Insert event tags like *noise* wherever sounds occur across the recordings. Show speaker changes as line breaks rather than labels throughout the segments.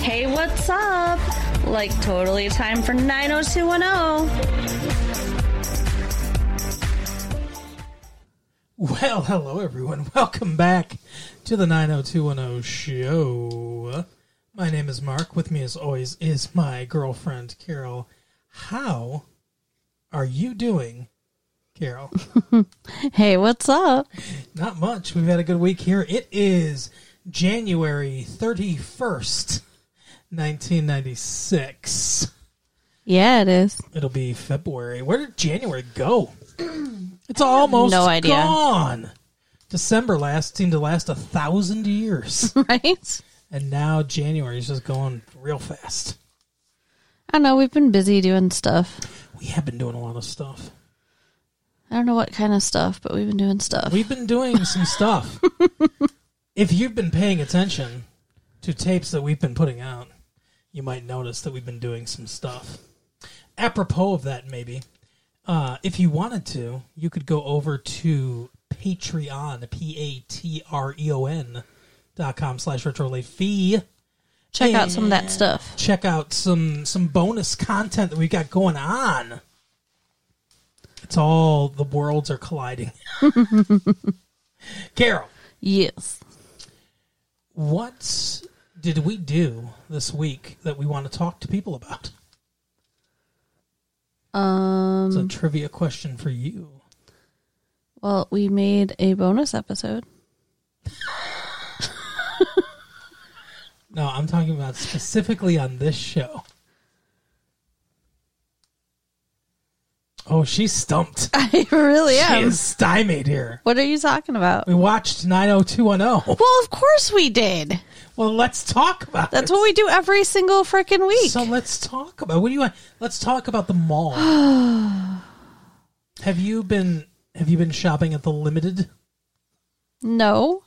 Hey, what's up? Like, totally time for 90210.
Well, hello everyone. Welcome back to the 90210 show. My name is Mark. With me as always is my girlfriend Carol. How are you doing, Carol?
Hey, what's up?
Not much. We've had a good week here. It is January 31st, 1996.
Yeah, it is. *laughs*
It'll be February. Where did January go? It's almost
no idea.
gone. December last seemed to last a thousand
*laughs*
years,
Right?
and now January is just going real fast.
I don't know. We've been busy doing stuff.
We have been doing a lot of stuff.
I don't know what kind of stuff, but we've been doing stuff.
We've been doing some stuff. if you've been paying attention to tapes that we've been putting out, you might notice that we've been doing some stuff. Apropos of that, maybe, uh, if you wanted to, you could go over to Patreon, P A T R E O N dot com slash retro late fee.
Check out some of that stuff.
Check out some some bonus content that we've got going on. It's all the worlds are colliding. Carol,
Yes.
what did we do this week that we want to talk to people about?
Um.
It's
Mm.
a trivia question for you.
Well, we made a bonus episode. *laughs*
No, I'm talking about specifically on this show. Oh, she's stumped.
I really
She
am.
is stymied here.
What are you talking about?
We watched 90210.
Well, of course we did.
Well, let's talk about
That's
it.
what we do every single freaking week.
So let's talk about what do you want? Let's talk about the
*sighs*
mall. have you been have you been shopping at the limited?
No,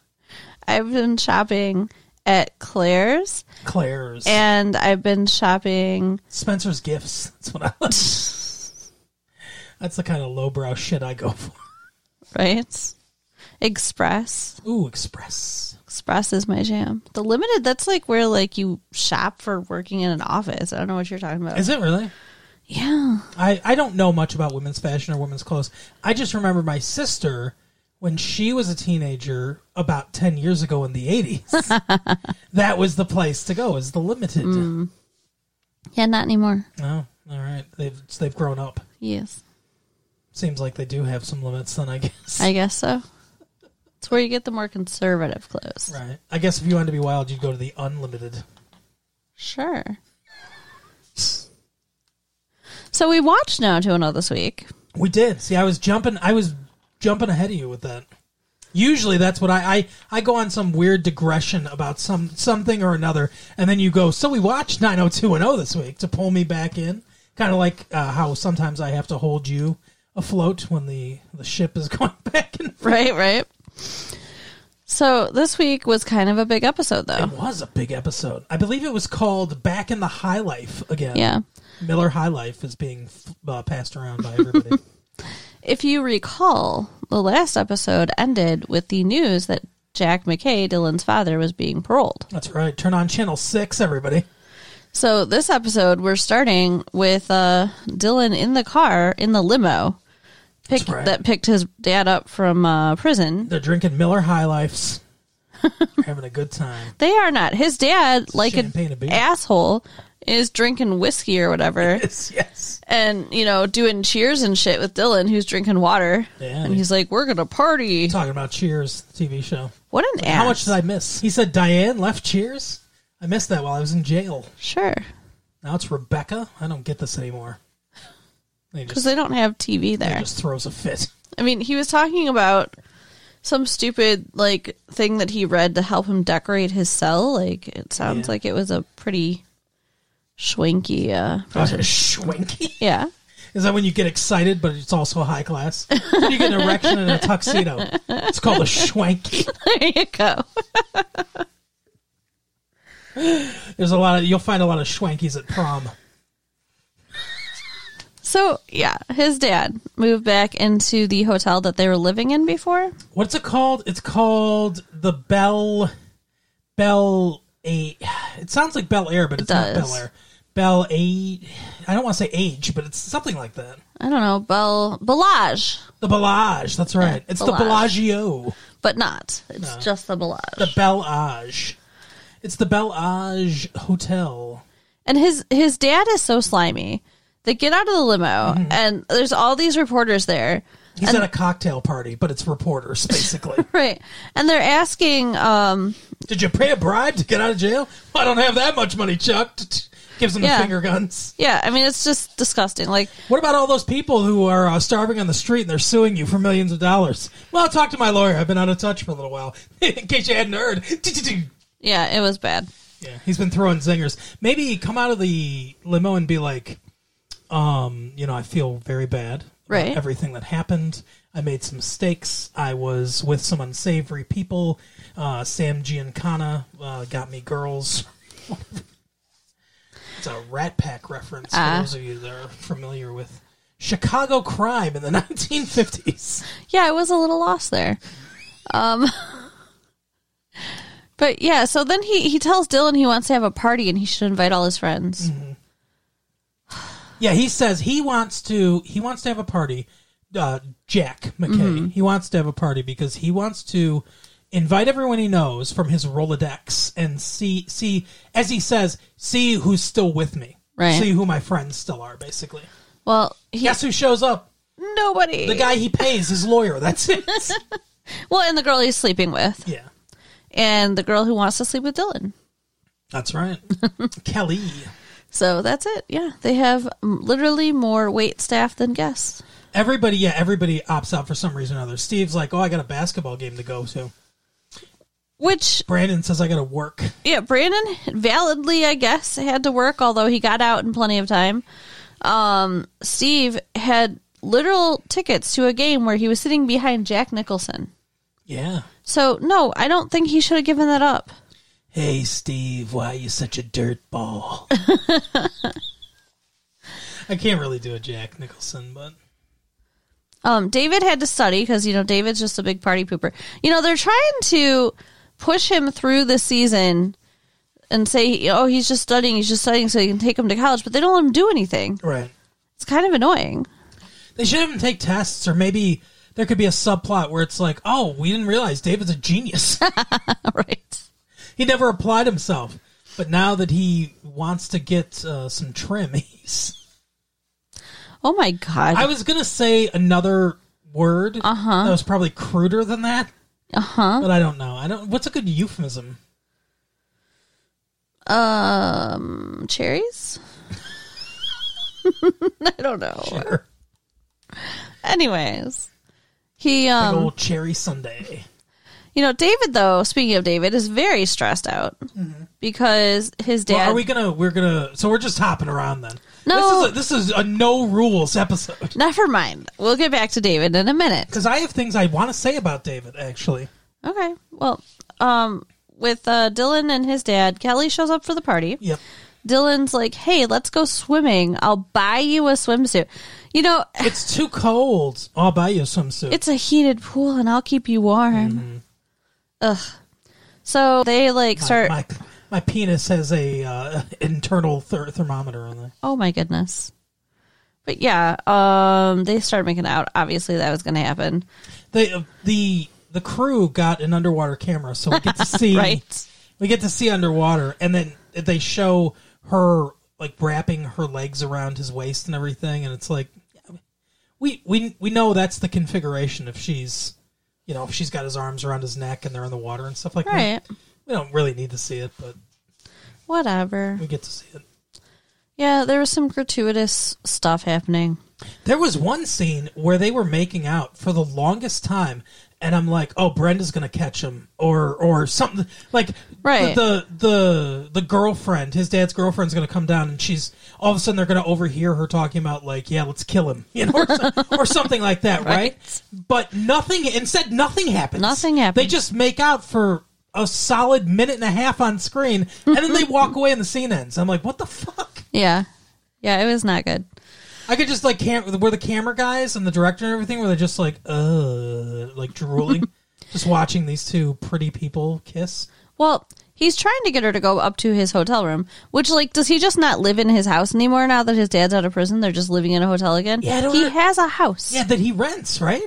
I've been shopping at Claire's
Claire's
and I've been shopping.
Spencer's gifts. *laughs* That's what I like. That's the kind of lowbrow shit I go for.
Right? Express.
Ooh, Express.
Express is my jam. The limited, that's like where like you shop for working in an office. I don't know what you're talking about.
Is it really?
yeah.
I, I don't know much about women's fashion or women's clothes. I just remember my sister when she was a teenager about 10 years ago in the 80s. that was the place to go, is the limited.
Yeah, not anymore.
Oh, all right. They've they've grown up.
Yes.
Seems like they do have some limits then, I guess.
I guess so. It's where you get the more conservative clothes.
right. I guess if you wanted to be wild, you'd go to the unlimited.
Sure. So we watched Now to Another this week. *laughs*
We did. See, I was jumping. I was jumping ahead of you with that. Usually, that's what I, I I go on some weird digression about some something or another, and then you go. So we watched nine hundred two and zero this week to pull me back in, kind of like uh, how sometimes I have to hold you afloat when the the ship is *laughs* going back. And
Right, right. So this week was kind of a big episode
it
though.
was a big episode. I believe it was called "Back in the High Life" again.
Yeah.
Miller High Life is being uh, passed around by *laughs* everybody.
If you recall, the last episode ended with the news that Jack McKay, Dylan's father, was being paroled.
That's right. Turn on channel six, everybody.
So this episode we're starting with uh Dylan in the car in the limo pick,
That's right.
that picked his dad up from uh prison.
They're drinking Miller High Lifes. *laughs* They're having a good time.
They are not. His dad, like an
Champagne and beer.
asshole, is drinking whiskey
*laughs*
or whatever,
Yes, yes.
and you know doing cheers and shit with Dylan, who's drinking water.
Yeah.
And he's like, "We're gonna party."
Talking about Cheers the TV show.
What an ass.
How much did I miss? He said Diane left Cheers. I missed that while I was in jail.
Sure,
Now it's Rebecca. I don't get this anymore. They
because
just,
they don't have TV
they
there.
just throws a fit.
I mean, he was talking about some stupid like thing that he read to help him decorate his cell. Like it sounds
Yeah.
like it was a pretty schwanky. Uh,
Schwinky.
yeah. *laughs*
Is that when you get excited, but it's also high class? When you get an erection in a tuxedo, it's called a schwanky.
there you go.
There's a lot of you'll find a lot of schwankies at prom.
So yeah, his dad moved back into the hotel that they were living in before.
What's it called? It's called the Bell Bell a It sounds like Bel Air, but it's not
does.
Bel Air. Bel A. I don't want to say age, but it's something like that.
I don't know, Bel Bellage,
The Bellage. That's right. it's the
Bellage.
Bellagio.
but not. It's just the Bellage.
The Bellage. It's the Bellage Hotel.
and his his dad is so slimy. They get out of the limo, and there's all these reporters there.
He's at a cocktail party, but it's reporters basically. *laughs*
Right. And they're asking, um,
Did you pay a bribe to get out of jail? I don't have that much money, Chuck. *laughs* Gives them
Yeah.
the finger guns.
yeah, I mean, it's just disgusting. Like,
What about all those people who are uh, starving on the street and they're suing you for millions of dollars? Well, talk to my lawyer. I've been out of touch for a little while, *laughs* in case you hadn't heard. *laughs*
yeah, it was bad.
Yeah, he's been throwing zingers. Maybe come out of the limo and be like, um, you know, I feel very bad about
Right.
everything that happened. I made some mistakes. I was with some unsavory people. Uh, Sam Giancana uh, got me girls. *laughs* it's a Rat Pack reference
Ah.
for those of you that are familiar with Chicago crime in the *laughs* 1950s.
Yeah, I was a little lost there. Um, *laughs* but yeah, so then he, he tells Dylan he wants to have a party and he should invite all his friends.
Mm-hmm. Yeah, he says he wants to he wants to have a party. Uh, Jack McKay. He wants to have a party because he wants to invite everyone he knows from his Rolodex and see see as he says, see who's still with me.
Right.
See who my friends still are, basically.
Well, he,
Guess who shows up?
nobody.
The guy he pays, his lawyer. That's it.
Well, and the girl he's sleeping with,
yeah.
and the girl who wants to sleep with Dylan.
That's right. Kelly.
So that's it. Yeah, they have mm, literally more wait staff than guests.
Everybody, yeah, everybody opts out for some reason or another. Steve's like, oh, I got a basketball game to go to.
Which
Brandon says, I got to work.
Yeah, Brandon validly, I guess, had to work, although he got out in plenty of time. Um, Steve had literal tickets to a game where he was sitting behind Jack Nicholson.
Yeah.
So, no, I don't think he should have given that up.
Hey, Steve, why are you such a *laughs* dirtball? I can't really do a Jack Nicholson, but
Um, David had to study because, you know, David's just a big party pooper. You know, they're trying to push him through the season and say, oh, he's just studying, he's just studying so you can take him to college, but they don't let him do anything.
right.
It's kind of annoying. *laughs*
They should have him take tests, or maybe there could be a subplot where it's like, oh, we didn't realize David's a *laughs* genius.
right.
he never applied himself, but now that he wants to get uh, some trim, he's.
Oh, my God.
I was gonna say another word uh-huh. that was probably cruder than that,
uh huh.
but I don't know. I don't. What's a good euphemism?
Um, cherries? *laughs* I don't know.
Sure.
Anyways, he,
Big
um,
old cherry Sunday.
you know, David, though, speaking of David, is very stressed out because his dad.
Well, are we gonna? We're gonna. So we're just hopping around then. this is
No.
a, this is a no rules episode *laughs*
Never mind. We'll get back to David in a minute.
because I have things I want to say about David. Actually,
Okay. Well, um, with uh, Dylan and his dad, Kelly shows up for the party.
yep.
Dylan's like, hey, let's go swimming. I'll buy you a swimsuit. You know,
It's too cold. I'll buy you a swimsuit.
It's a heated pool, and I'll keep you warm. Ugh. So they like start.
Mm-hmm. my my penis has a uh, *laughs* internal ther- thermometer on there.
Oh my goodness. But yeah, um, they start making out. Obviously, that was going to happen,
The uh, the the crew got an underwater camera, so we get
*laughs*
to see
right?
we get to see underwater, and then they show her like wrapping her legs around his waist and everything, and it's like we we we know that's the configuration if she's you know if she's got his arms around his neck and they're in the water and stuff like
Right.
that. We don't really need to see it, but
Whatever.
we get to see it.
Yeah, there was some gratuitous stuff happening.
There was one scene where they were making out for the longest time, and I'm like, "Oh, Brenda's gonna catch him," or or something like
Right.
the the the girlfriend, his dad's girlfriend's gonna come down, and she's all of a sudden they're gonna overhear her talking about like, "Yeah, let's kill him," *laughs* you know, or, so- or something like that, right. But nothing. Instead, nothing happens.
Nothing happens.
They just make out for a solid minute and a half on screen, and then
*laughs*
they walk away, and the scene ends. I'm like, "What the fuck."
Yeah, yeah, it was not good.
I could just like cam- where the camera guys and the director and everything where they're just like uh like drooling, just watching these two pretty people kiss.
Well, he's trying to get her to go up to his hotel room. Which, like, does he just not live in his house anymore now that his dad's out of prison? They're just living in a hotel again.
Yeah, I don't
he
know-
has a house.
Yeah, that he rents, right?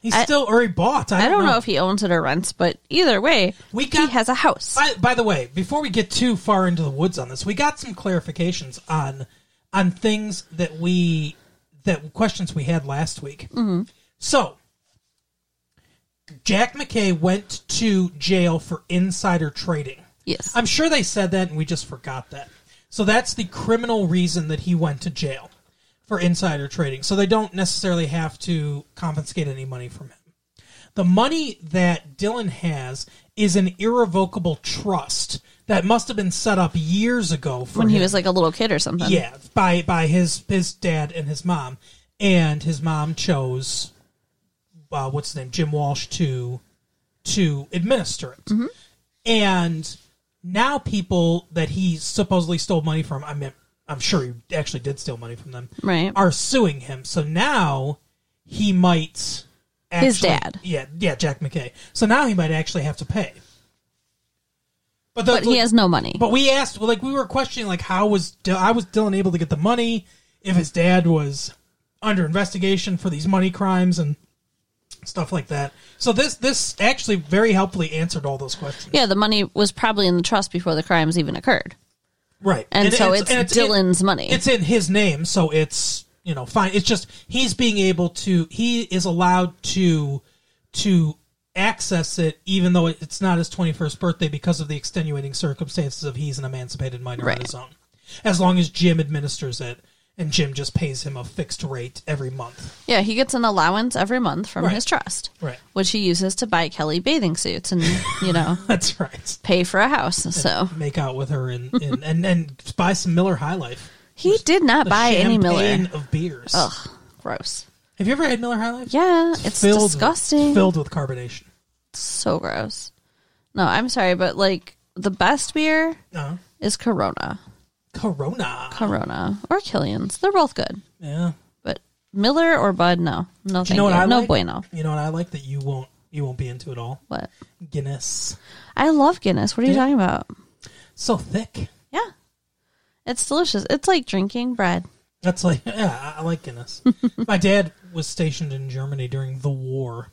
He
I-
still or he bought. I
I
don't,
don't know. if he owns it or rents, but either way,
We
he
got-
has a house.
By, by the way, before we get too far into the woods on this, we got some clarifications on on things that we that questions we had last week. Mm-hmm. So, Jack McKay went to jail for insider trading.
yes.
I'm sure they said that and we just forgot that. So that's the criminal reason that he went to jail for insider trading. So they don't necessarily have to confiscate any money from him. The money that Dylan has is an irrevocable trust that must have been set up years ago for
when
him.
he was like a little kid or something.
yeah, by by his his dad and his mom, and his mom chose uh, what's his name Jim Walsh to to administer it,
Mm-hmm.
and now people that he supposedly stole money from, I mean, I'm sure he actually did steal money from them,
Right.
Are suing him, so now he might. Actually,
His dad.
yeah, yeah, Jack McKay. So now he might actually have to pay. But, the,
But he has no money.
but we asked, well, like, we were questioning, like, how was Dil- I was Dylan able to get the money if his dad was under investigation for these money crimes and stuff like that. So this this actually very helpfully answered all those questions.
Yeah, the money was probably in the trust before the crimes even occurred.
Right,
And so it's
in-
Dylan's money.
It's in his name, so it's you know fine. It's just he's being able to he is allowed to to access it, even though it- it's not his twenty first birthday because of the extenuating circumstances of he's an emancipated minor
Right.
on his own. As long as Jim administers it, and Jim just pays him a fixed rate every month.
Yeah, he gets an allowance every month from
Right.
his trust,
Right,
which he uses to buy Kelly bathing suits and,
*laughs*
you know,
*laughs* that's right.
pay for a house. So
Make out with her and and and, and buy some Miller High Life.
he did not
The
*laughs* buy any Miller.
champagne of beers.
Ugh, gross.
Have you ever had Miller High Life?
Yeah, it's disgusting.
Filled with carbonation.
So gross. No, I'm sorry, but like the best beer
Uh,
is Corona.
Corona.
Corona or Killian's. They're both good.
yeah.
But Miller or Bud, no.
Do you
No, thank you.
know what I
no
like?
bueno.
You know what I like that you won't you won't be into at all.
What?
Guinness.
I love Guinness. What are you
Yeah.
talking about?
So thick.
Yeah. It's delicious. It's like drinking bread.
That's like *laughs* yeah, I, I like
*laughs*
Guinness. My dad was stationed in Germany during the war,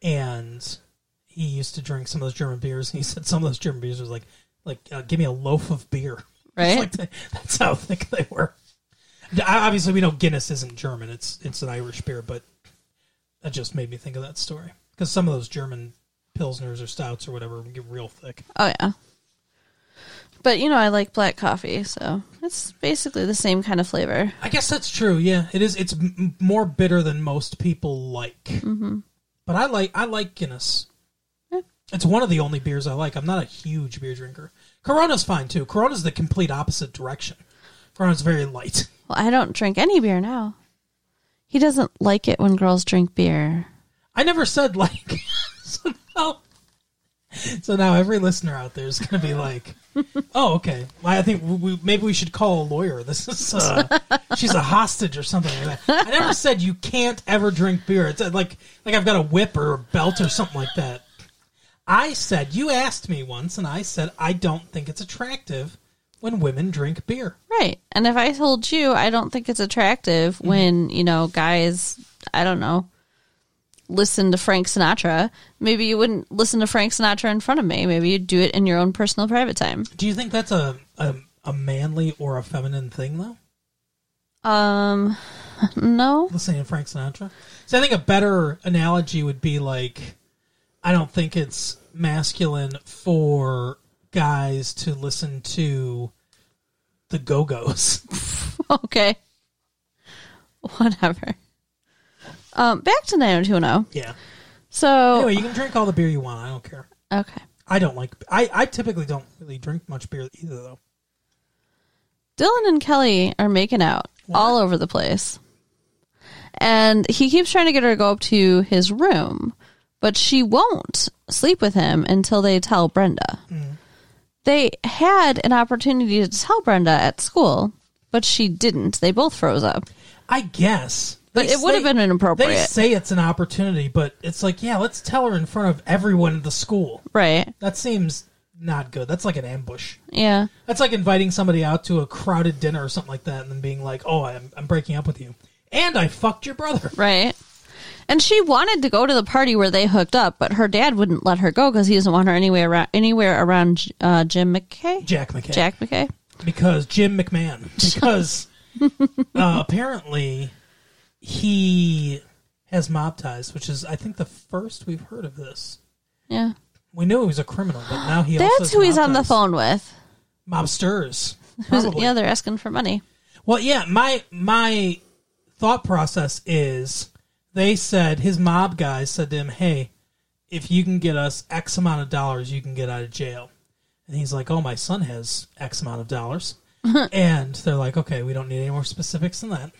and he used to drink some of those German beers. And he said some of those German beers was like like uh, give me a loaf of beer.
Right.
It's like the- that's how *laughs* thick they were. D- I- Obviously, we know Guinness isn't German; it's it's an Irish beer. But that just made me think of that story because some of those German pilsners or stouts or whatever get real thick.
Oh yeah. But you know I like black coffee, so it's basically the same kind of flavor.
I guess that's true. Yeah, it is. It's m- m- more bitter than most people like. Mm-hmm. But I like I like Guinness.
Yeah.
It's one of the only beers I like. I'm not a huge beer drinker. Corona's fine too. Corona's the complete opposite direction. Corona's very light.
Well, I don't drink any beer now. He doesn't like it when girls drink beer.
I never said like. *laughs* so, now, so now every listener out there is going to be like, "Oh, okay. Well, I think we, we, maybe we should call a lawyer. This is uh, she's a hostage or something like that." I never said you can't ever drink beer. It's uh, like like I've got a whip or a belt or something like that. I said you asked me once, and I said I don't think it's attractive when women drink beer.
Right. And if I told you I don't think it's attractive when, you know, guys, I don't know, listen to Frank Sinatra, maybe you wouldn't listen to Frank Sinatra in front of me. Maybe you'd do it in your own personal private time.
Do you think that's a a, a manly or a feminine thing though?
Um, *laughs* no. *laughs*
listening to Frank Sinatra. So I think a better analogy would be like, I don't think it's masculine for guys to listen to the Go Go's.
Okay. Whatever. Um, back to 90210.
*laughs* yeah.
oh. So,
Anyway, you can drink all the beer you want. I don't care.
okay.
I don't like. I I typically don't really drink much beer either, though.
Dylan and Kelly are making out all over the place. And he keeps trying to get her to go up to his room, but she won't sleep with him until they tell Brenda. They had an opportunity to tell Brenda at school, but she didn't. They both froze up.
I guess.
But it would have been inappropriate.
They say it's an opportunity, but it's like, yeah, let's tell her in front of everyone at the school.
Right.
That seems not good. That's like an ambush.
Yeah.
That's like inviting somebody out to a crowded dinner or something like that, and then being like, "Oh, I'm, I'm breaking up with you," and I fucked your brother. *laughs*
Right. And she wanted to go to the party where they hooked up, but her dad wouldn't let her go because he doesn't want her anywhere around anywhere around uh, Jim McKay.
Jack McKay.
Jack McKay.
because Jim
*laughs*
McMahon. Because uh, apparently he has mob ties, which is I think the first we've heard of this.
Yeah.
We knew he was a criminal, but now he also
That's
has
who he's
mob
on the
ties.
phone with.
Mobsters.
Who's,
Probably.
yeah, they're asking for money.
Well, yeah, my my thought process is they said his mob guys said to him, "Hey, if you can get us X amount of dollars, you can get out of jail." And he's like, "Oh, my son has X amount of *laughs* dollars." and they're like, "Okay, we don't need any more specifics than that.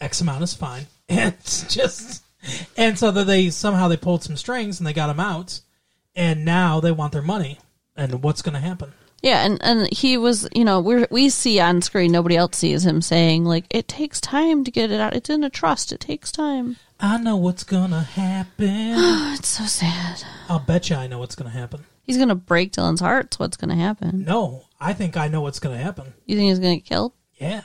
X amount is fine." *laughs* And it's just and so that they somehow they pulled some strings and they got him out, and now they want their money. And what's going to happen?
Yeah, and, and he was, you know, we we see on screen, nobody else sees him saying like, "It takes time to get it out. It's in a trust. It takes time." *sighs*
I know what's going to *gasps* happen.
Oh, it's so sad.
I'll bet you I know what's going to happen.
He's gonna break Dylan's heart. It's what's gonna happen.
No, I think I know what's going to happen.
You think he's gonna get killed?
Yeah,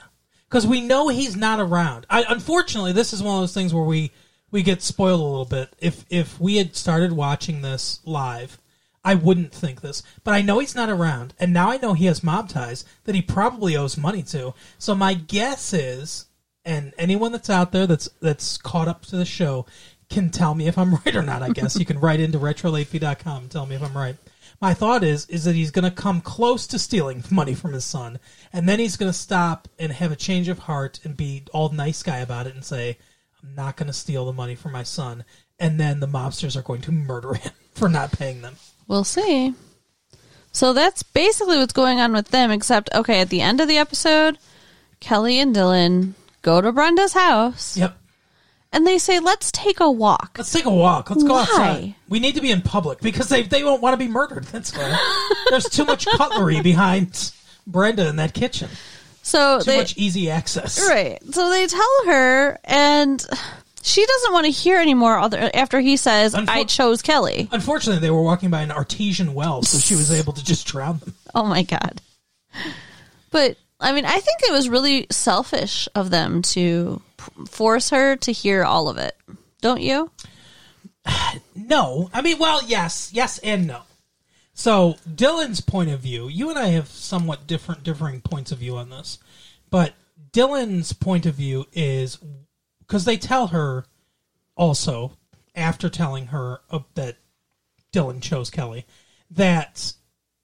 because we know he's not around. I, unfortunately, this is one of those things where we we get spoiled a little bit. If if we had started watching this live, I wouldn't think this, but I know he's not around, and now I know he has mob ties that he probably owes money to. So my guess is, and anyone that's out there that's that's caught up to the show can tell me if I'm *laughs* right or not. I guess you can write into retrolatefee.com and tell me if I'm right. My thought is is that he's going to come close to stealing money from his son, and then he's going to stop and have a change of heart and be all nice guy about it and say, "I'm not going to steal the money from my son." And then the mobsters are going to murder him *laughs* for not paying them.
We'll see. So that's basically what's going on with them, except, okay, at the end of the episode, Kelly and Dylan go to Brenda's house
Yep.
and they say, let's take a walk.
Let's take a walk. Let's go
Why?
outside. We need to be in public because they they won't want to be murdered. That's why. There's too much cutlery behind Brenda in that kitchen.
So
Too
they.
much easy access.
Right. So they tell her, and she doesn't want to hear anymore other, after he says,
Unfor-
I chose Kelly.
Unfortunately, they were walking by an artesian well, so she was able to just drown them.
Oh my God. But, I mean, I think it was really selfish of them to p- force her to hear all of it. Don't you?
No, I mean, well, yes, yes, and no. So Dylan's point of view. You and I have somewhat different, differing points of view on this, but Dylan's point of view is because they tell her also after telling her uh, that Dylan chose Kelly that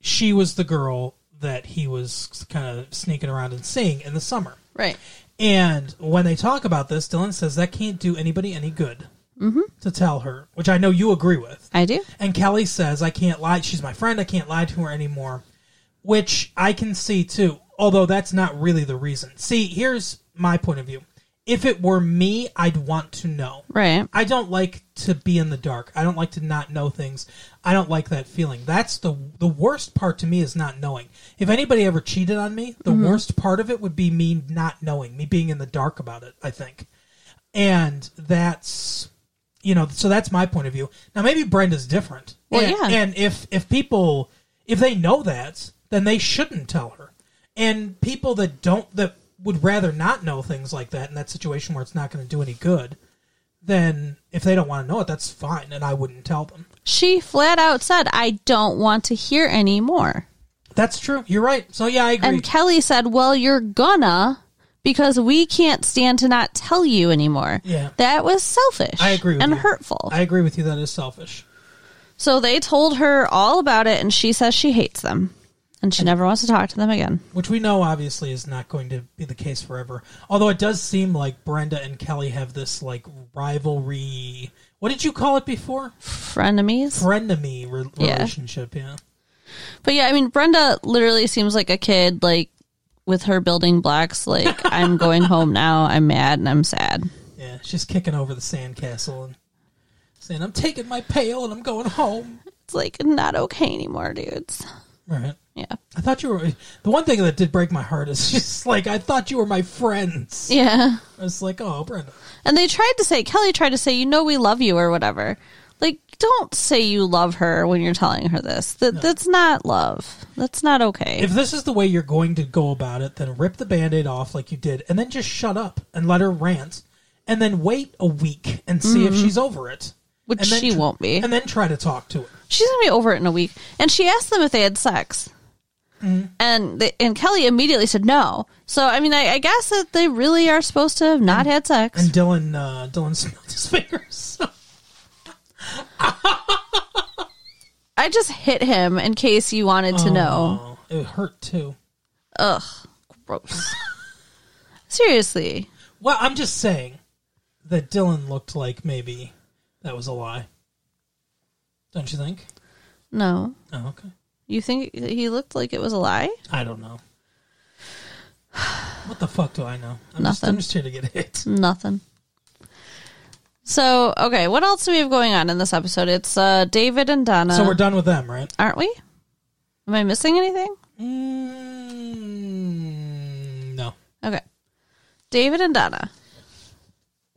she was the girl that he was kind of sneaking around and seeing in the summer.
Right.
And when they talk about this, Dylan says that can't do anybody any good to tell her, which I know you agree with.
I do.
And Kelly says, I can't lie. She's my friend. I can't lie to her anymore, which I can see too, although that's not really the reason. See, here's my point of view. If it were me, I'd want to know.
Right.
I don't like to be in the dark. I don't like to not know things. I don't like that feeling. That's the the worst part to me is not knowing. If anybody ever cheated on me, the worst part of it would be me not knowing, me being in the dark about it, I think. And that's you know, so that's my point of view. Now maybe Brenda's different.
Well,
and,
yeah.
and if if people if they know that, then they shouldn't tell her. And people that don't that would rather not know things like that in that situation where it's not going to do any good, then if they don't want to know it, that's fine, and I wouldn't tell them.
She flat out said, I don't want to hear anymore.
That's true. You're right. So yeah, I agree.
And Kelly said, Well, you're gonna, because we can't stand to not tell you anymore.
Yeah.
That was selfish.
I agree with
and
you.
hurtful.
I agree with you. That is selfish.
so they told her all about it, and she says she hates them. And she never wants to talk to them again.
which we know obviously is not going to be the case forever. Although it does seem like Brenda and Kelly have this like rivalry. What did you call it before?
Frenemies.
Frenemy re-
Yeah.
relationship. Yeah.
But yeah, I mean, Brenda literally seems like a kid, like with her building
*laughs*
blocks, like, I'm going home now. I'm mad and I'm sad.
Yeah. She's kicking over the sandcastle and saying, "I'm taking my pail and I'm going home."
It's like not okay anymore, dudes.
Right.
Yeah.
I thought you were. The one thing that did break my heart is *laughs* just like I thought you were my friends.
Yeah.
I was like, "Oh, Brenda."
And they tried to say, Kelly tried to say, you know, we love you or whatever. Like, don't say you love her when you're telling her this. That that's not love. That's not okay.
If this is the way you're going to go about it, then rip the band aid off like you did, and then just shut up and let her rant, and then wait a week and see if she's over it.
Which
And then
Mm-hmm. she
tr-
won't be.
And then try to talk to her.
She's gonna be over it in a week. And she asked them if they had sex,
Mm-hmm.
and they, and Kelly immediately said no. So I mean, I, I guess that they really are supposed to have not had sex.
And Dylan, uh, Dylan *laughs* smelled his fingers. *laughs*
I just hit him in case you wanted to know.
Oh, it hurt too.
Ugh,
Oh.
gross. *laughs* Seriously,
Well, I'm just saying that Dylan looked like maybe that was a lie. Don't you think?
no.
Oh, okay.
You think he looked like it was a lie?
I don't know. What the fuck do I know? I'm, Just,
Nothing.
I'm just here to get hit.
Nothing. So okay, what else do we have going on in this episode? It's uh, David and Donna,
so we're done with them, right?
aren't we? Am I missing anything? Uh,
Mm, no.
Okay, David and Donna.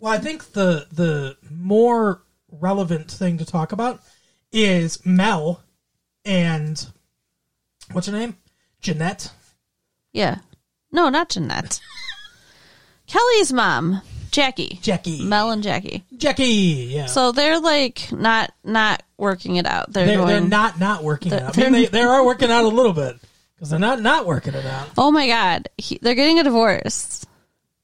Well, I think the the more relevant thing to talk about is Mel and what's her name, Jeanette.
Yeah, no, not Jeanette. Kelly's mom, Jackie,
Jackie.
Mel and Jackie.
Jackie. Yeah.
So they're like not not working it out. They're,
they're,
going.
they're not not working it out. I mean,
they're-
they, they are working out a little bit because they're not not working it out.
oh my god, he, they're getting a divorce.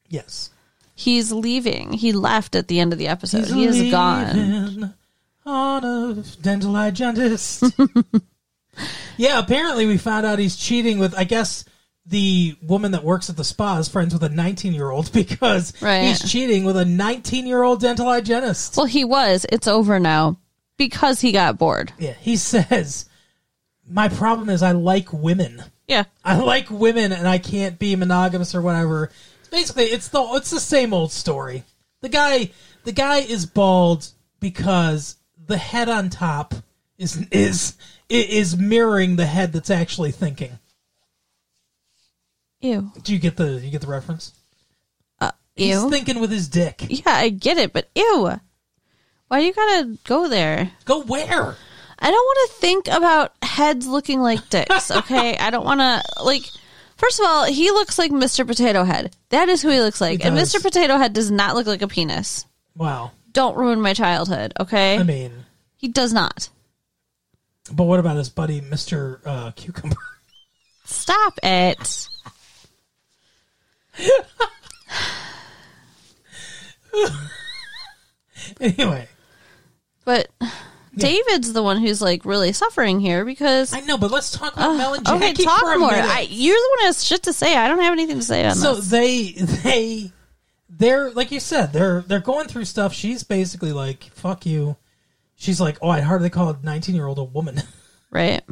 Yes.
He's leaving. He left at the end of the episode. he is gone.
leaving On of dental
*laughs*
hygienist. yeah, apparently we found out he's cheating with, I guess, the woman that works at the spa is friends with a 19 year old *laughs* because
Right.
he's cheating with a 19 year old dental hygienist.
Well, he was. It's over now because he got bored.
Yeah, he says, My problem is I like women.
Yeah.
I like women and I can't be monogamous or whatever. Basically, it's the it's the same old story. The guy the guy is bald because the head on top is is i- is mirroring the head that's actually thinking.
Ew.
Do you get the you get the reference? He's
Ew.
thinking with his dick.
yeah, I get it, but ew. Why you gotta go there?
Go where?
I don't want to think about heads looking like dicks, okay? I don't want to, like, first of all, he looks like Mr. Potato Head. That is who he looks like.
He
and
does.
Mr. Potato Head does not look like a penis.
Wow.
Don't ruin my childhood, okay?
I mean,
he does not.
but what about his buddy Mr. Uh, Cucumber? *laughs*
Stop it.
anyway,
But David's the one who's, like, really suffering here because.
I know, but let's talk about Mel and Jackie
Okay, talk
for a
more.
minute.
I, you're the one who has shit to say. I don't have anything to say on
so
this.
they they they're like you said they're they're going through stuff she's basically like fuck you she's like oh i'd hardly call a 19 year old a woman *laughs*
Right.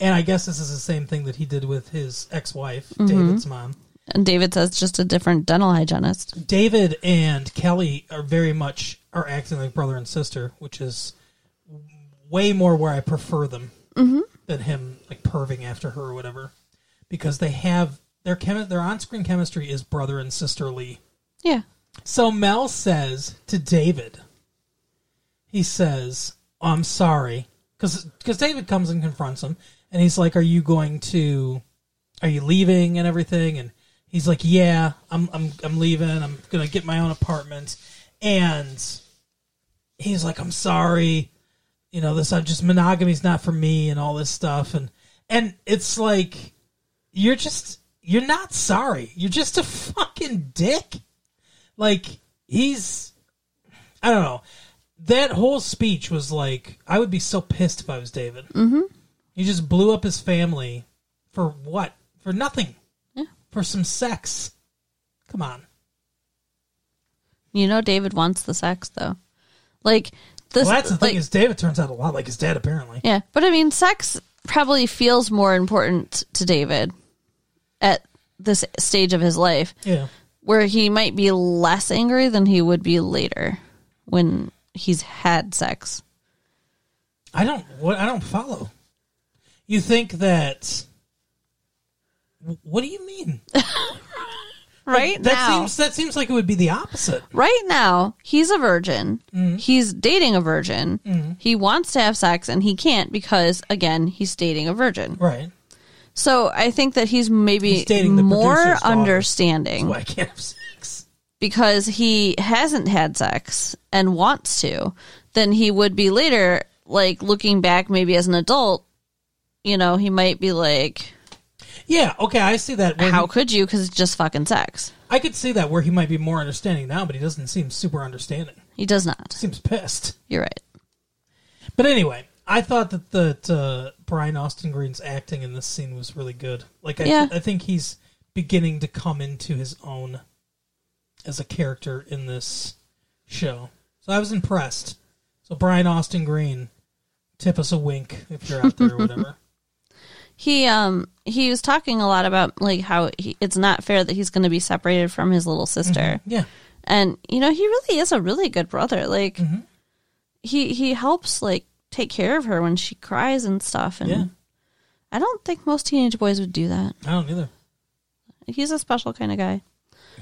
and i guess this is the same thing that he did with his ex-wife david's mom
And David says just a different dental hygienist.
david and kelly are very much are acting like brother and sister which is way more where i prefer them than him like perving after her or whatever because they have their chemi- their on-screen chemistry is brother and sisterly
Yeah.
So Mel says to David, he says, I'm sorry. Because David comes and confronts him, and he's like, Are you going to, are you leaving and everything? And he's like, Yeah, I'm, I'm, I'm leaving. I'm going to get my own apartment. And he's like, I'm sorry. You know, this, I'm just, monogamy's not for me and all this stuff. And, and it's like, you're just, you're not sorry. You're just a fucking dick like he's i don't know that whole speech was like i would be so pissed if i was david mm-hmm. he just blew up his family for what for nothing
Yeah.
for some sex come on
You know, David wants the sex though. Like this.
well that's the thing
like-
is david turns out a lot like his dad apparently
yeah, but I mean, sex probably feels more important to David at this stage of his life,
yeah
where he might be less angry than he would be later when he's had sex.
i don't what i don't follow you think that wh- what do you mean
right
that
now.
seems that seems like it would be the opposite.
right now, he's a virgin.
Mm-hmm.
He's dating a virgin. He wants to have sex and he can't because, again, he's dating a virgin.
Right.
So I think that he's maybe
He's dating the
more
producer's daughter.
understanding
Why I can't have sex?
because he hasn't had sex and wants to than he would be later, like looking back maybe as an adult. You know, he might be like,
Yeah, okay, I see that. Where
how
he-
could you? Because it's just fucking sex.
I could see that where he might be more understanding now, but he doesn't seem super understanding.
He does not.
Seems pissed.
You're right.
But anyway, I thought that that uh, Brian Austin Green's acting in this scene was really good. Like, I,
Yeah.
I think he's beginning to come into his own as a character in this show. So I was impressed. So Brian Austin Green, tip us a wink if you're out there or whatever.
He um he was talking a lot about like how he, it's not fair that he's going to be separated from his little sister.
Yeah,
and you know he really is a really good brother like he he helps like take care of her when she cries and stuff and
Yeah.
i don't think most teenage boys would do that
I don't either.
he's a special kind of guy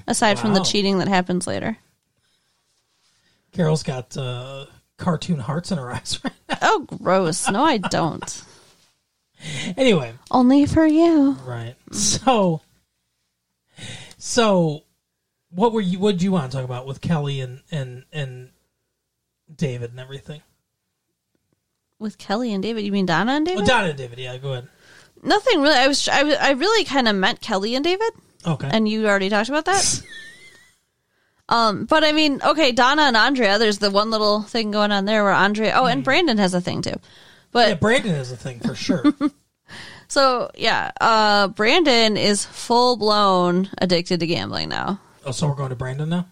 aside from the
Wow.
cheating that
*laughs*
happens later
Carol's got uh, cartoon hearts in her eyes right *laughs* now.
oh gross no i don't
Anyway,
only for you
Right. So, so what were you? What did you want to talk about with Kelly and and and David and everything?
with kelly and david you mean donna and
Oh,
david
Donna and David. Yeah, go ahead.
nothing really i was i, was- I really kind of meant kelly and david
Okay.
and you already talked
*laughs*
about that um but i mean okay donna and andrea there's the one little thing going on there where andrea oh
Mm.
and brandon has a thing too but
yeah, Brandon is a thing for sure.
so yeah uh brandon is full blown addicted to gambling now
oh, so we're going to Brandon now.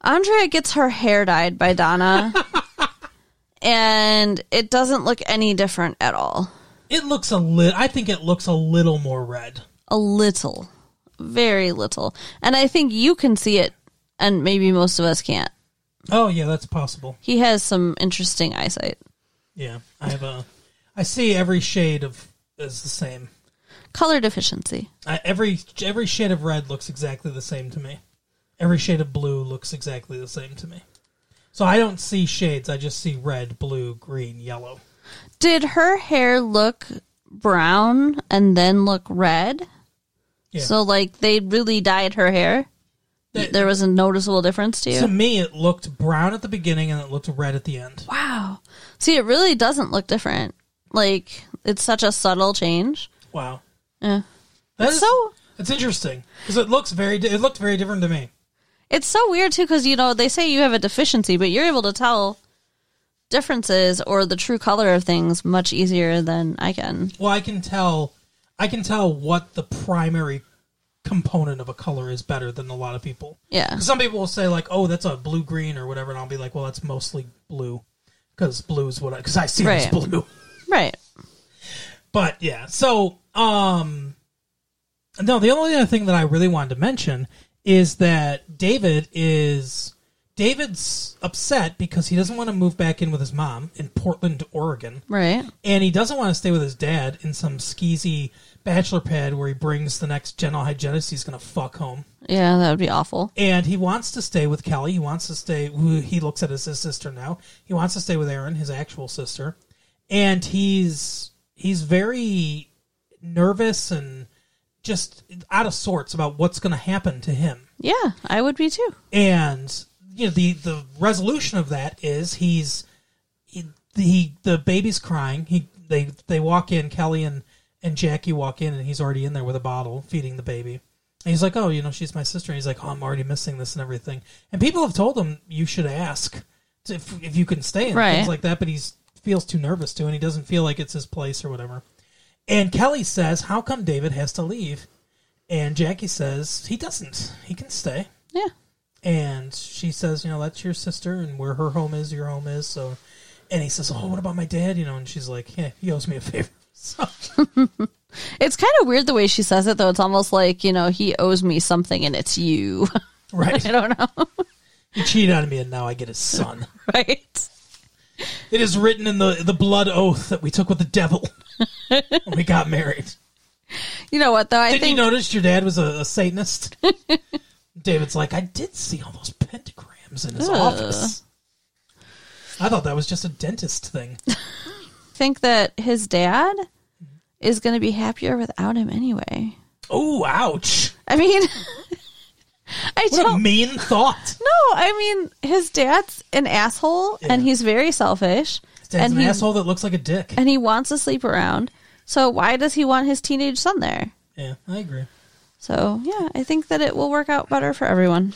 andrea gets her hair dyed by donna and it doesn't look any different at all
It looks a little. I think it looks a little more red.
a little very little and i think you can see it and maybe most of us can't
Oh yeah, that's possible.
he has some interesting eyesight
Yeah, I have a. I see every shade of is the same.
color deficiency.
I, every every shade of red looks exactly the same to me. Every shade of blue looks exactly the same to me. So I don't see shades. I just see red, blue, green, yellow.
Did her hair look brown and then look red?
Yeah.
So like they really dyed her hair.
That-
there was a noticeable difference to you.
To me, it looked brown at the beginning and it looked red at the end.
wow. See, it really doesn't look different. Like it's such a subtle change.
Wow,
Yeah.
that's
It's so
It's interesting because it looks very. di- It looked very different to me.
it's so weird too because you know they say you have a deficiency, but you're able to tell differences or the true color of things much easier than I can.
Well, I can tell. I can tell what the primary component of a color is better than a lot of people.
Yeah.
Some people will say like, "Oh, that's a blue green" or whatever, and I'll be like, "Well, that's mostly blue because blue is what I because I see it as
Right.
blue." *laughs*
Right.
But yeah, so um, no, the only other thing that I really wanted to mention is that David is David's upset because he doesn't want to move back in with his mom in Portland, Oregon
Right.
and he doesn't want to stay with his dad in some skeezy bachelor pad where he brings the next general hygienist he's going to fuck home.
Yeah, that would be awful.
And he wants to stay with Kelly. He wants to stay, who he looks at as his sister now. He wants to stay with Aaron, his actual sister. And he's he's very nervous and just out of sorts about what's going to happen to him.
Yeah, I would be too.
and you know the the resolution of that is he's he, the the baby's crying he they they walk in kelly and and jackie walk in and he's already in there with a bottle feeding the baby and he's like oh you know she's my sister and he's like oh i'm already missing this and everything and people have told him you should ask to- if, if you can stay and
Right.
things like that but he's feels too nervous to and he doesn't feel like it's his place or whatever and kelly says how come david has to leave and jackie says he doesn't he can stay
Yeah.
and she says, you know, that's your sister, and where her home is, your home is. So, and he says, oh, what about my dad? You know, and she's like, yeah, he owes me a favor. *laughs* So,
It's kind of weird the way she says it, though. It's almost like, you know, he owes me something and it's you. *laughs*
right,
I don't know. *laughs*
he cheated on me, and now I get his son.
right? *laughs*
It is written in the the blood oath that we took with the devil when we got married.
You know what though? I
Did you
think
notice your dad was a, a Satanist? *laughs* David's like, I did see all those pentagrams in his
Ugh.
office. I thought that was just a dentist
*laughs*
thing.
think that his dad is going to be happier without him anyway.
oh, ouch.
I mean, *laughs* I
What a
don't.
mean thought.
No, I mean his dad's an asshole, and
Yeah.
he's very selfish,
His dad's
and
an
he
asshole that looks like a dick.
and he wants to sleep around. So why does he want his teenage son there?
Yeah, I agree.
So yeah, I think that it will work out better for everyone.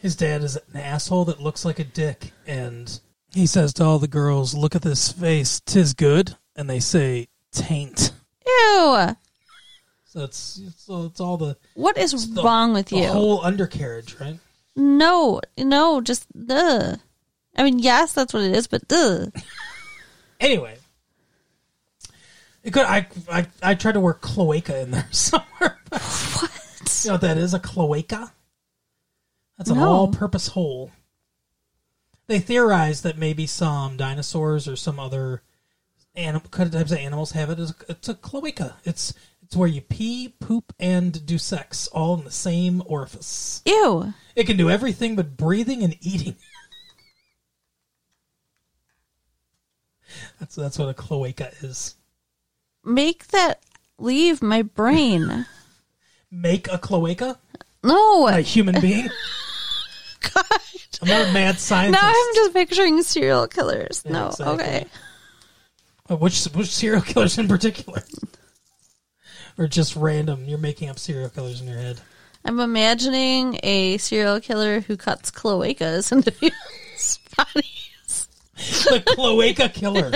His dad is an asshole that looks like a dick, and he says to all the girls, "Look at this face, tis good," and they say, "Taint."
Ew!
So it's so it's all the,
What is
the-
wrong with
the
you?
whole undercarriage, right?
no, no, just ugh. I mean, yes, that's what it is, but ugh.
Anyway, it could I I I tried to work cloaca in there *laughs* somewhere.
what?
you know what that is? A cloaca. That's an
No.
all-purpose hole. They theorize that maybe some dinosaurs or some other animal types of animals have it. It's a, it's a cloaca. It's it's where you pee, poop, and do sex all in the same orifice.
Ew!
It can do everything but breathing and eating. that's that's what a cloaca is.
Make that leave
*laughs*
my brain.
Make a cloaca
No, *laughs*
a human being.
God.
I'm not a mad scientist.
Now I'm just picturing serial killers.
Yeah,
no,
exactly.
okay.
Uh, Which which serial killers in particular? or just random? You're making up serial killers in your head.
I'm imagining a serial killer who cuts cloacas into *laughs* people's bodies.
The cloaca killer.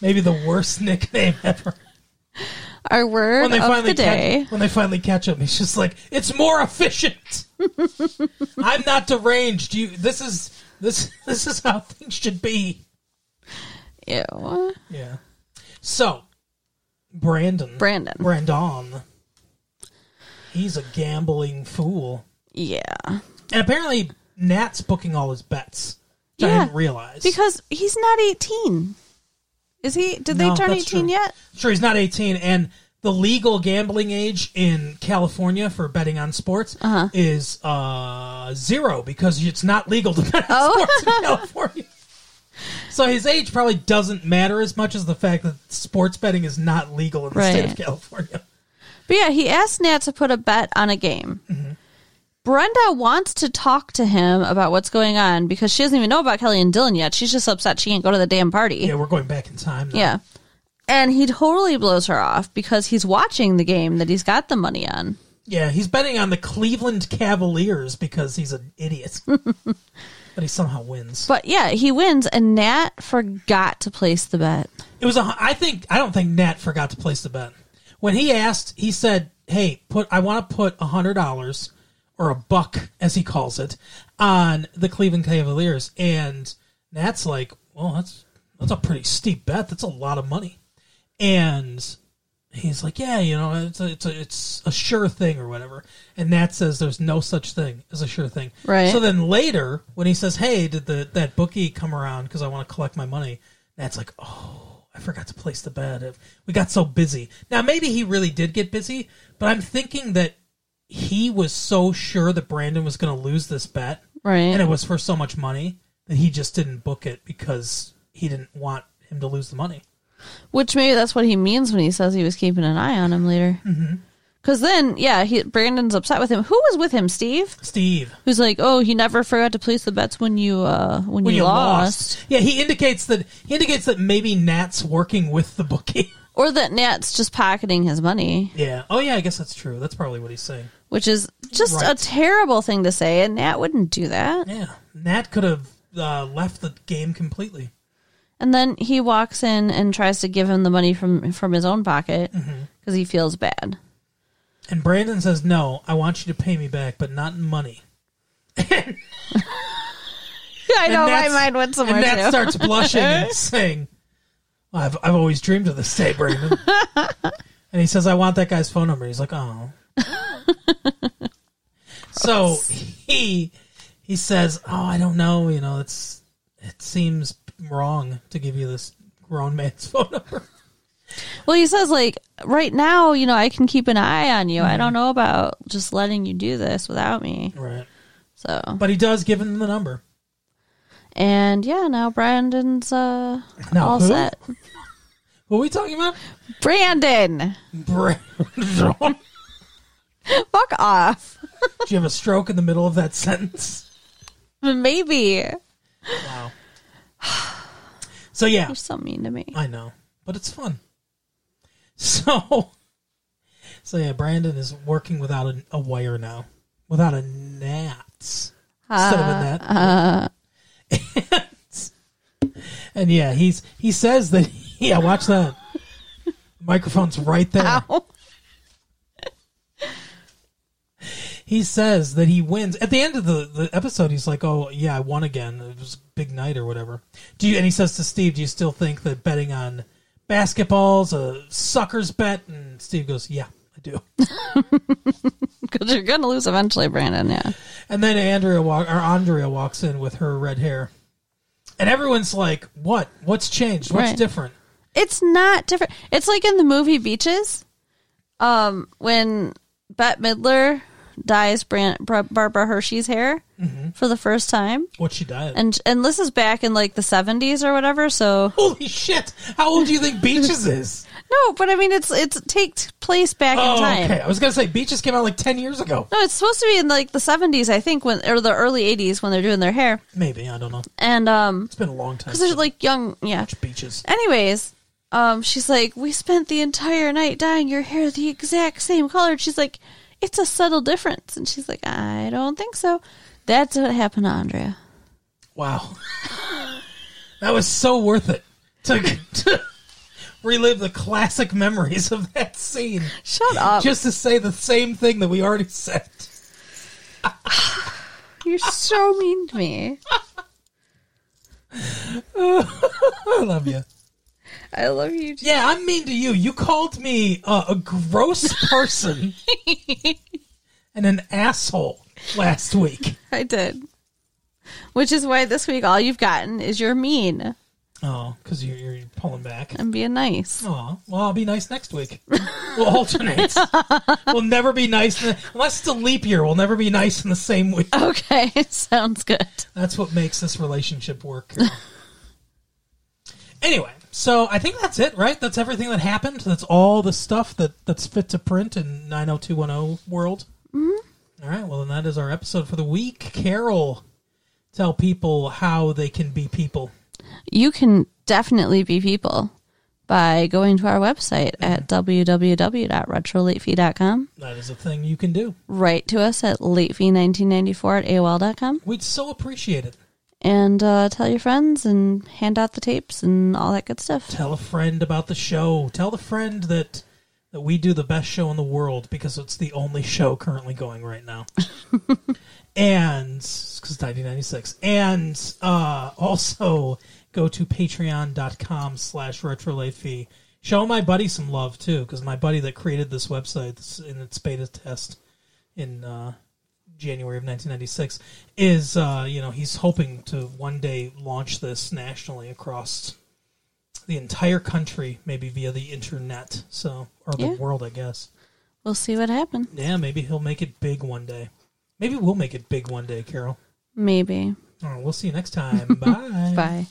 Maybe the worst nickname ever.
Our word of the day.
catch, when they finally catch him, he's just like, "It's more
*laughs*
efficient." I'm not deranged. You. This is this this is how things should be.
Ew.
Yeah. So, Brandon.
Brandon.
Brandon. He's a gambling fool.
Yeah.
And apparently, Nat's booking all his bets. Which I
Yeah,
didn't realize.
Because he's not 18. Is he? Did they
No,
turn
that's
18
true.
yet?
Sure, he's not 18, and the legal gambling age in California for betting on sports
Uh-huh.
is uh, zero because it's not legal to *laughs* bet on
Oh.
sports in California. So his age probably doesn't matter as much as the fact that sports betting is not legal in the state of
Right.
California.
But yeah, he asked Nat to put a bet on a game. Brenda wants to talk to him about what's going on because she doesn't even know about Kelly and Dylan yet. She's just upset she can't go to the damn party.
Yeah, we're going back in time. Now.
Yeah. And he totally blows her off because he's watching the game that he's got the money on.
Yeah, he's betting on the Cleveland Cavaliers because he's an
*laughs*
idiot. but he somehow wins.
But yeah, he wins, and Nat forgot to place the bet.
It was a. hu- I think I don't think Nat forgot to place the bet. When he asked, he said, "Hey, put I want to put a hundred dollars or a buck, as he calls it, on the Cleveland Cavaliers." And Nat's like, "Well, that's that's a pretty steep bet. That's a lot of money." And he's like, "Yeah, you know, it's a, it's a, it's a sure thing or whatever." And Nat says, "There's no such thing as a sure thing."
Right.
So then later, when he says, "Hey, did the that bookie come around because I want to collect my money?" Nat's like, "Oh, I forgot to place the bet. We got so busy." Now maybe he really did get busy, but I'm thinking that he was so sure that Brandon was going to lose this bet,
Right.
and it was for so much money that he just didn't book it because he didn't want him to lose the money.
Which maybe that's what he means when he says he was keeping an eye on him later.
Mm-hmm.
Because then, yeah, he, Brandon's upset with him. Who was with him? Steve,
Steve.
who's like, "Oh, he never forgot to place the bets when you uh when,
when
you,
you
lost.
lost. Yeah, he indicates that he indicates that maybe Nat's working with the *laughs* bookie.
or that Nat's just pocketing his money,"
Yeah. Oh yeah, I guess that's true. That's probably what he's saying.
which is just a
Right.
terrible thing to say. And Nat wouldn't do that.
Yeah. Nat could have uh, left the game completely.
And then he walks in and tries to give him the money from from his own pocket because he feels bad.
And Brandon says, "No, I want you to pay me back, but not in money."
I
And
know my
Nat's-
mind went somewhere
And Nat
too.
starts blushing
*laughs*
and saying, "I've I've always dreamed of this day,
*laughs*
Brandon." and he says, "I want that guy's phone number." He's like,
*laughs*
"Oh." so he he says, "Oh, I don't know. You know, it's it seems wrong to give you this grown man's *laughs* phone number."
Well, he says like right now, you know, I can keep an eye on you. I don't know about just letting you do this without me.
Right.
So
But he does give him the number.
and yeah, now Brandon's uh
Now
all
who?
set.
What are we talking about?
Brandon,
Brandon. Did
fuck off. *laughs*
you have a stroke in the middle of that sentence?
Maybe
Wow. So yeah,
you're so mean to me.
I know, but it's fun. *laughs* So, so yeah, Brandon is working without a, a wire now, without a gnat instead of a net. and, *laughs* and yeah, he's he says that. *laughs* Yeah, watch that. Microphone's right there.
*laughs* Ow.
He says that he wins at the end of the, the episode. He's like, "Oh yeah, I won again. It was a big night or whatever." Do you? And he says to Steve, "Do you still think that betting on basketballs a sucker's bet?" And Steve goes, "Yeah, I do." *laughs*
Because you're gonna lose eventually, Brandon. Yeah.
And then Andrea walk, or Andrea walks in with her red hair, and everyone's like, "What? What's changed? What's
Right.
different?"
It's not different. It's like in the movie Beaches, um, when Bette Midler dyes Bran- Bar- Barbara Hershey's hair
Mm-hmm.
for the first time,
What she died?
and and this is back in like the seventies or whatever. So
Holy shit! How old do you think
*laughs*
Beaches is?
no, but I mean it's it's takes place back in
Oh,
time.
okay. I was gonna say Beaches came out like ten years ago.
No, it's supposed to be in like the seventies, I think, when or the early eighties when they're doing their hair,
Maybe I don't know.
and um,
It's been a long time.
because they're
since
like young, yeah,
Beaches.
Anyways, um, she's like, we spent the entire night dyeing your hair the exact same color. And she's like, it's a subtle difference. And she's like, I don't think so. That's what happened to Andrea.
Wow. that was so worth it to, to relive the classic memories of that scene
Shut up.
just to say the same thing that we already said.
You're so mean to me.
I love you.
I love you. too.
Yeah, I'm mean to you. You called me uh, a gross *laughs* person and an asshole last week.
I did. Which is why this week all you've gotten is you're mean.
Oh, because you're, you're pulling back.
I'm being nice.
Oh, well, I'll be nice next week. We'll *laughs* alternate. we'll never be nice. In the, unless it's a leap year, we'll never be nice in the same week.
Okay, *laughs* sounds good.
That's what makes this relationship work. *laughs* anyway, so I think that's it, right? That's everything that happened. That's all the stuff that that's fit to print in 90210 world. Mm-hmm. right, well, then that is our episode for the week. Carol, tell people how they can be people.
You can definitely be people by going to our website at www.retrolatefee.com.
That is a thing you can do.
write to us at latefee1994 at AOL.com
We'd so appreciate it.
and uh, tell your friends and hand out the tapes and all that good stuff.
Tell a friend about the show. Tell the friend that that we do the best show in the world because it's the only show currently going right now. and because 1996 and uh also go to patreon.com slash retro late fee show my buddy some love too because my buddy that created this website this- in its beta test in uh january of 1996 is uh you know he's hoping to one day launch this nationally across the entire country maybe via the internet so or the
Yeah.
world i guess
We'll see what happens.
yeah maybe he'll make it big one day maybe we'll make it big one day carol
Maybe.
all right, we'll see you next time. Bye.
Bye.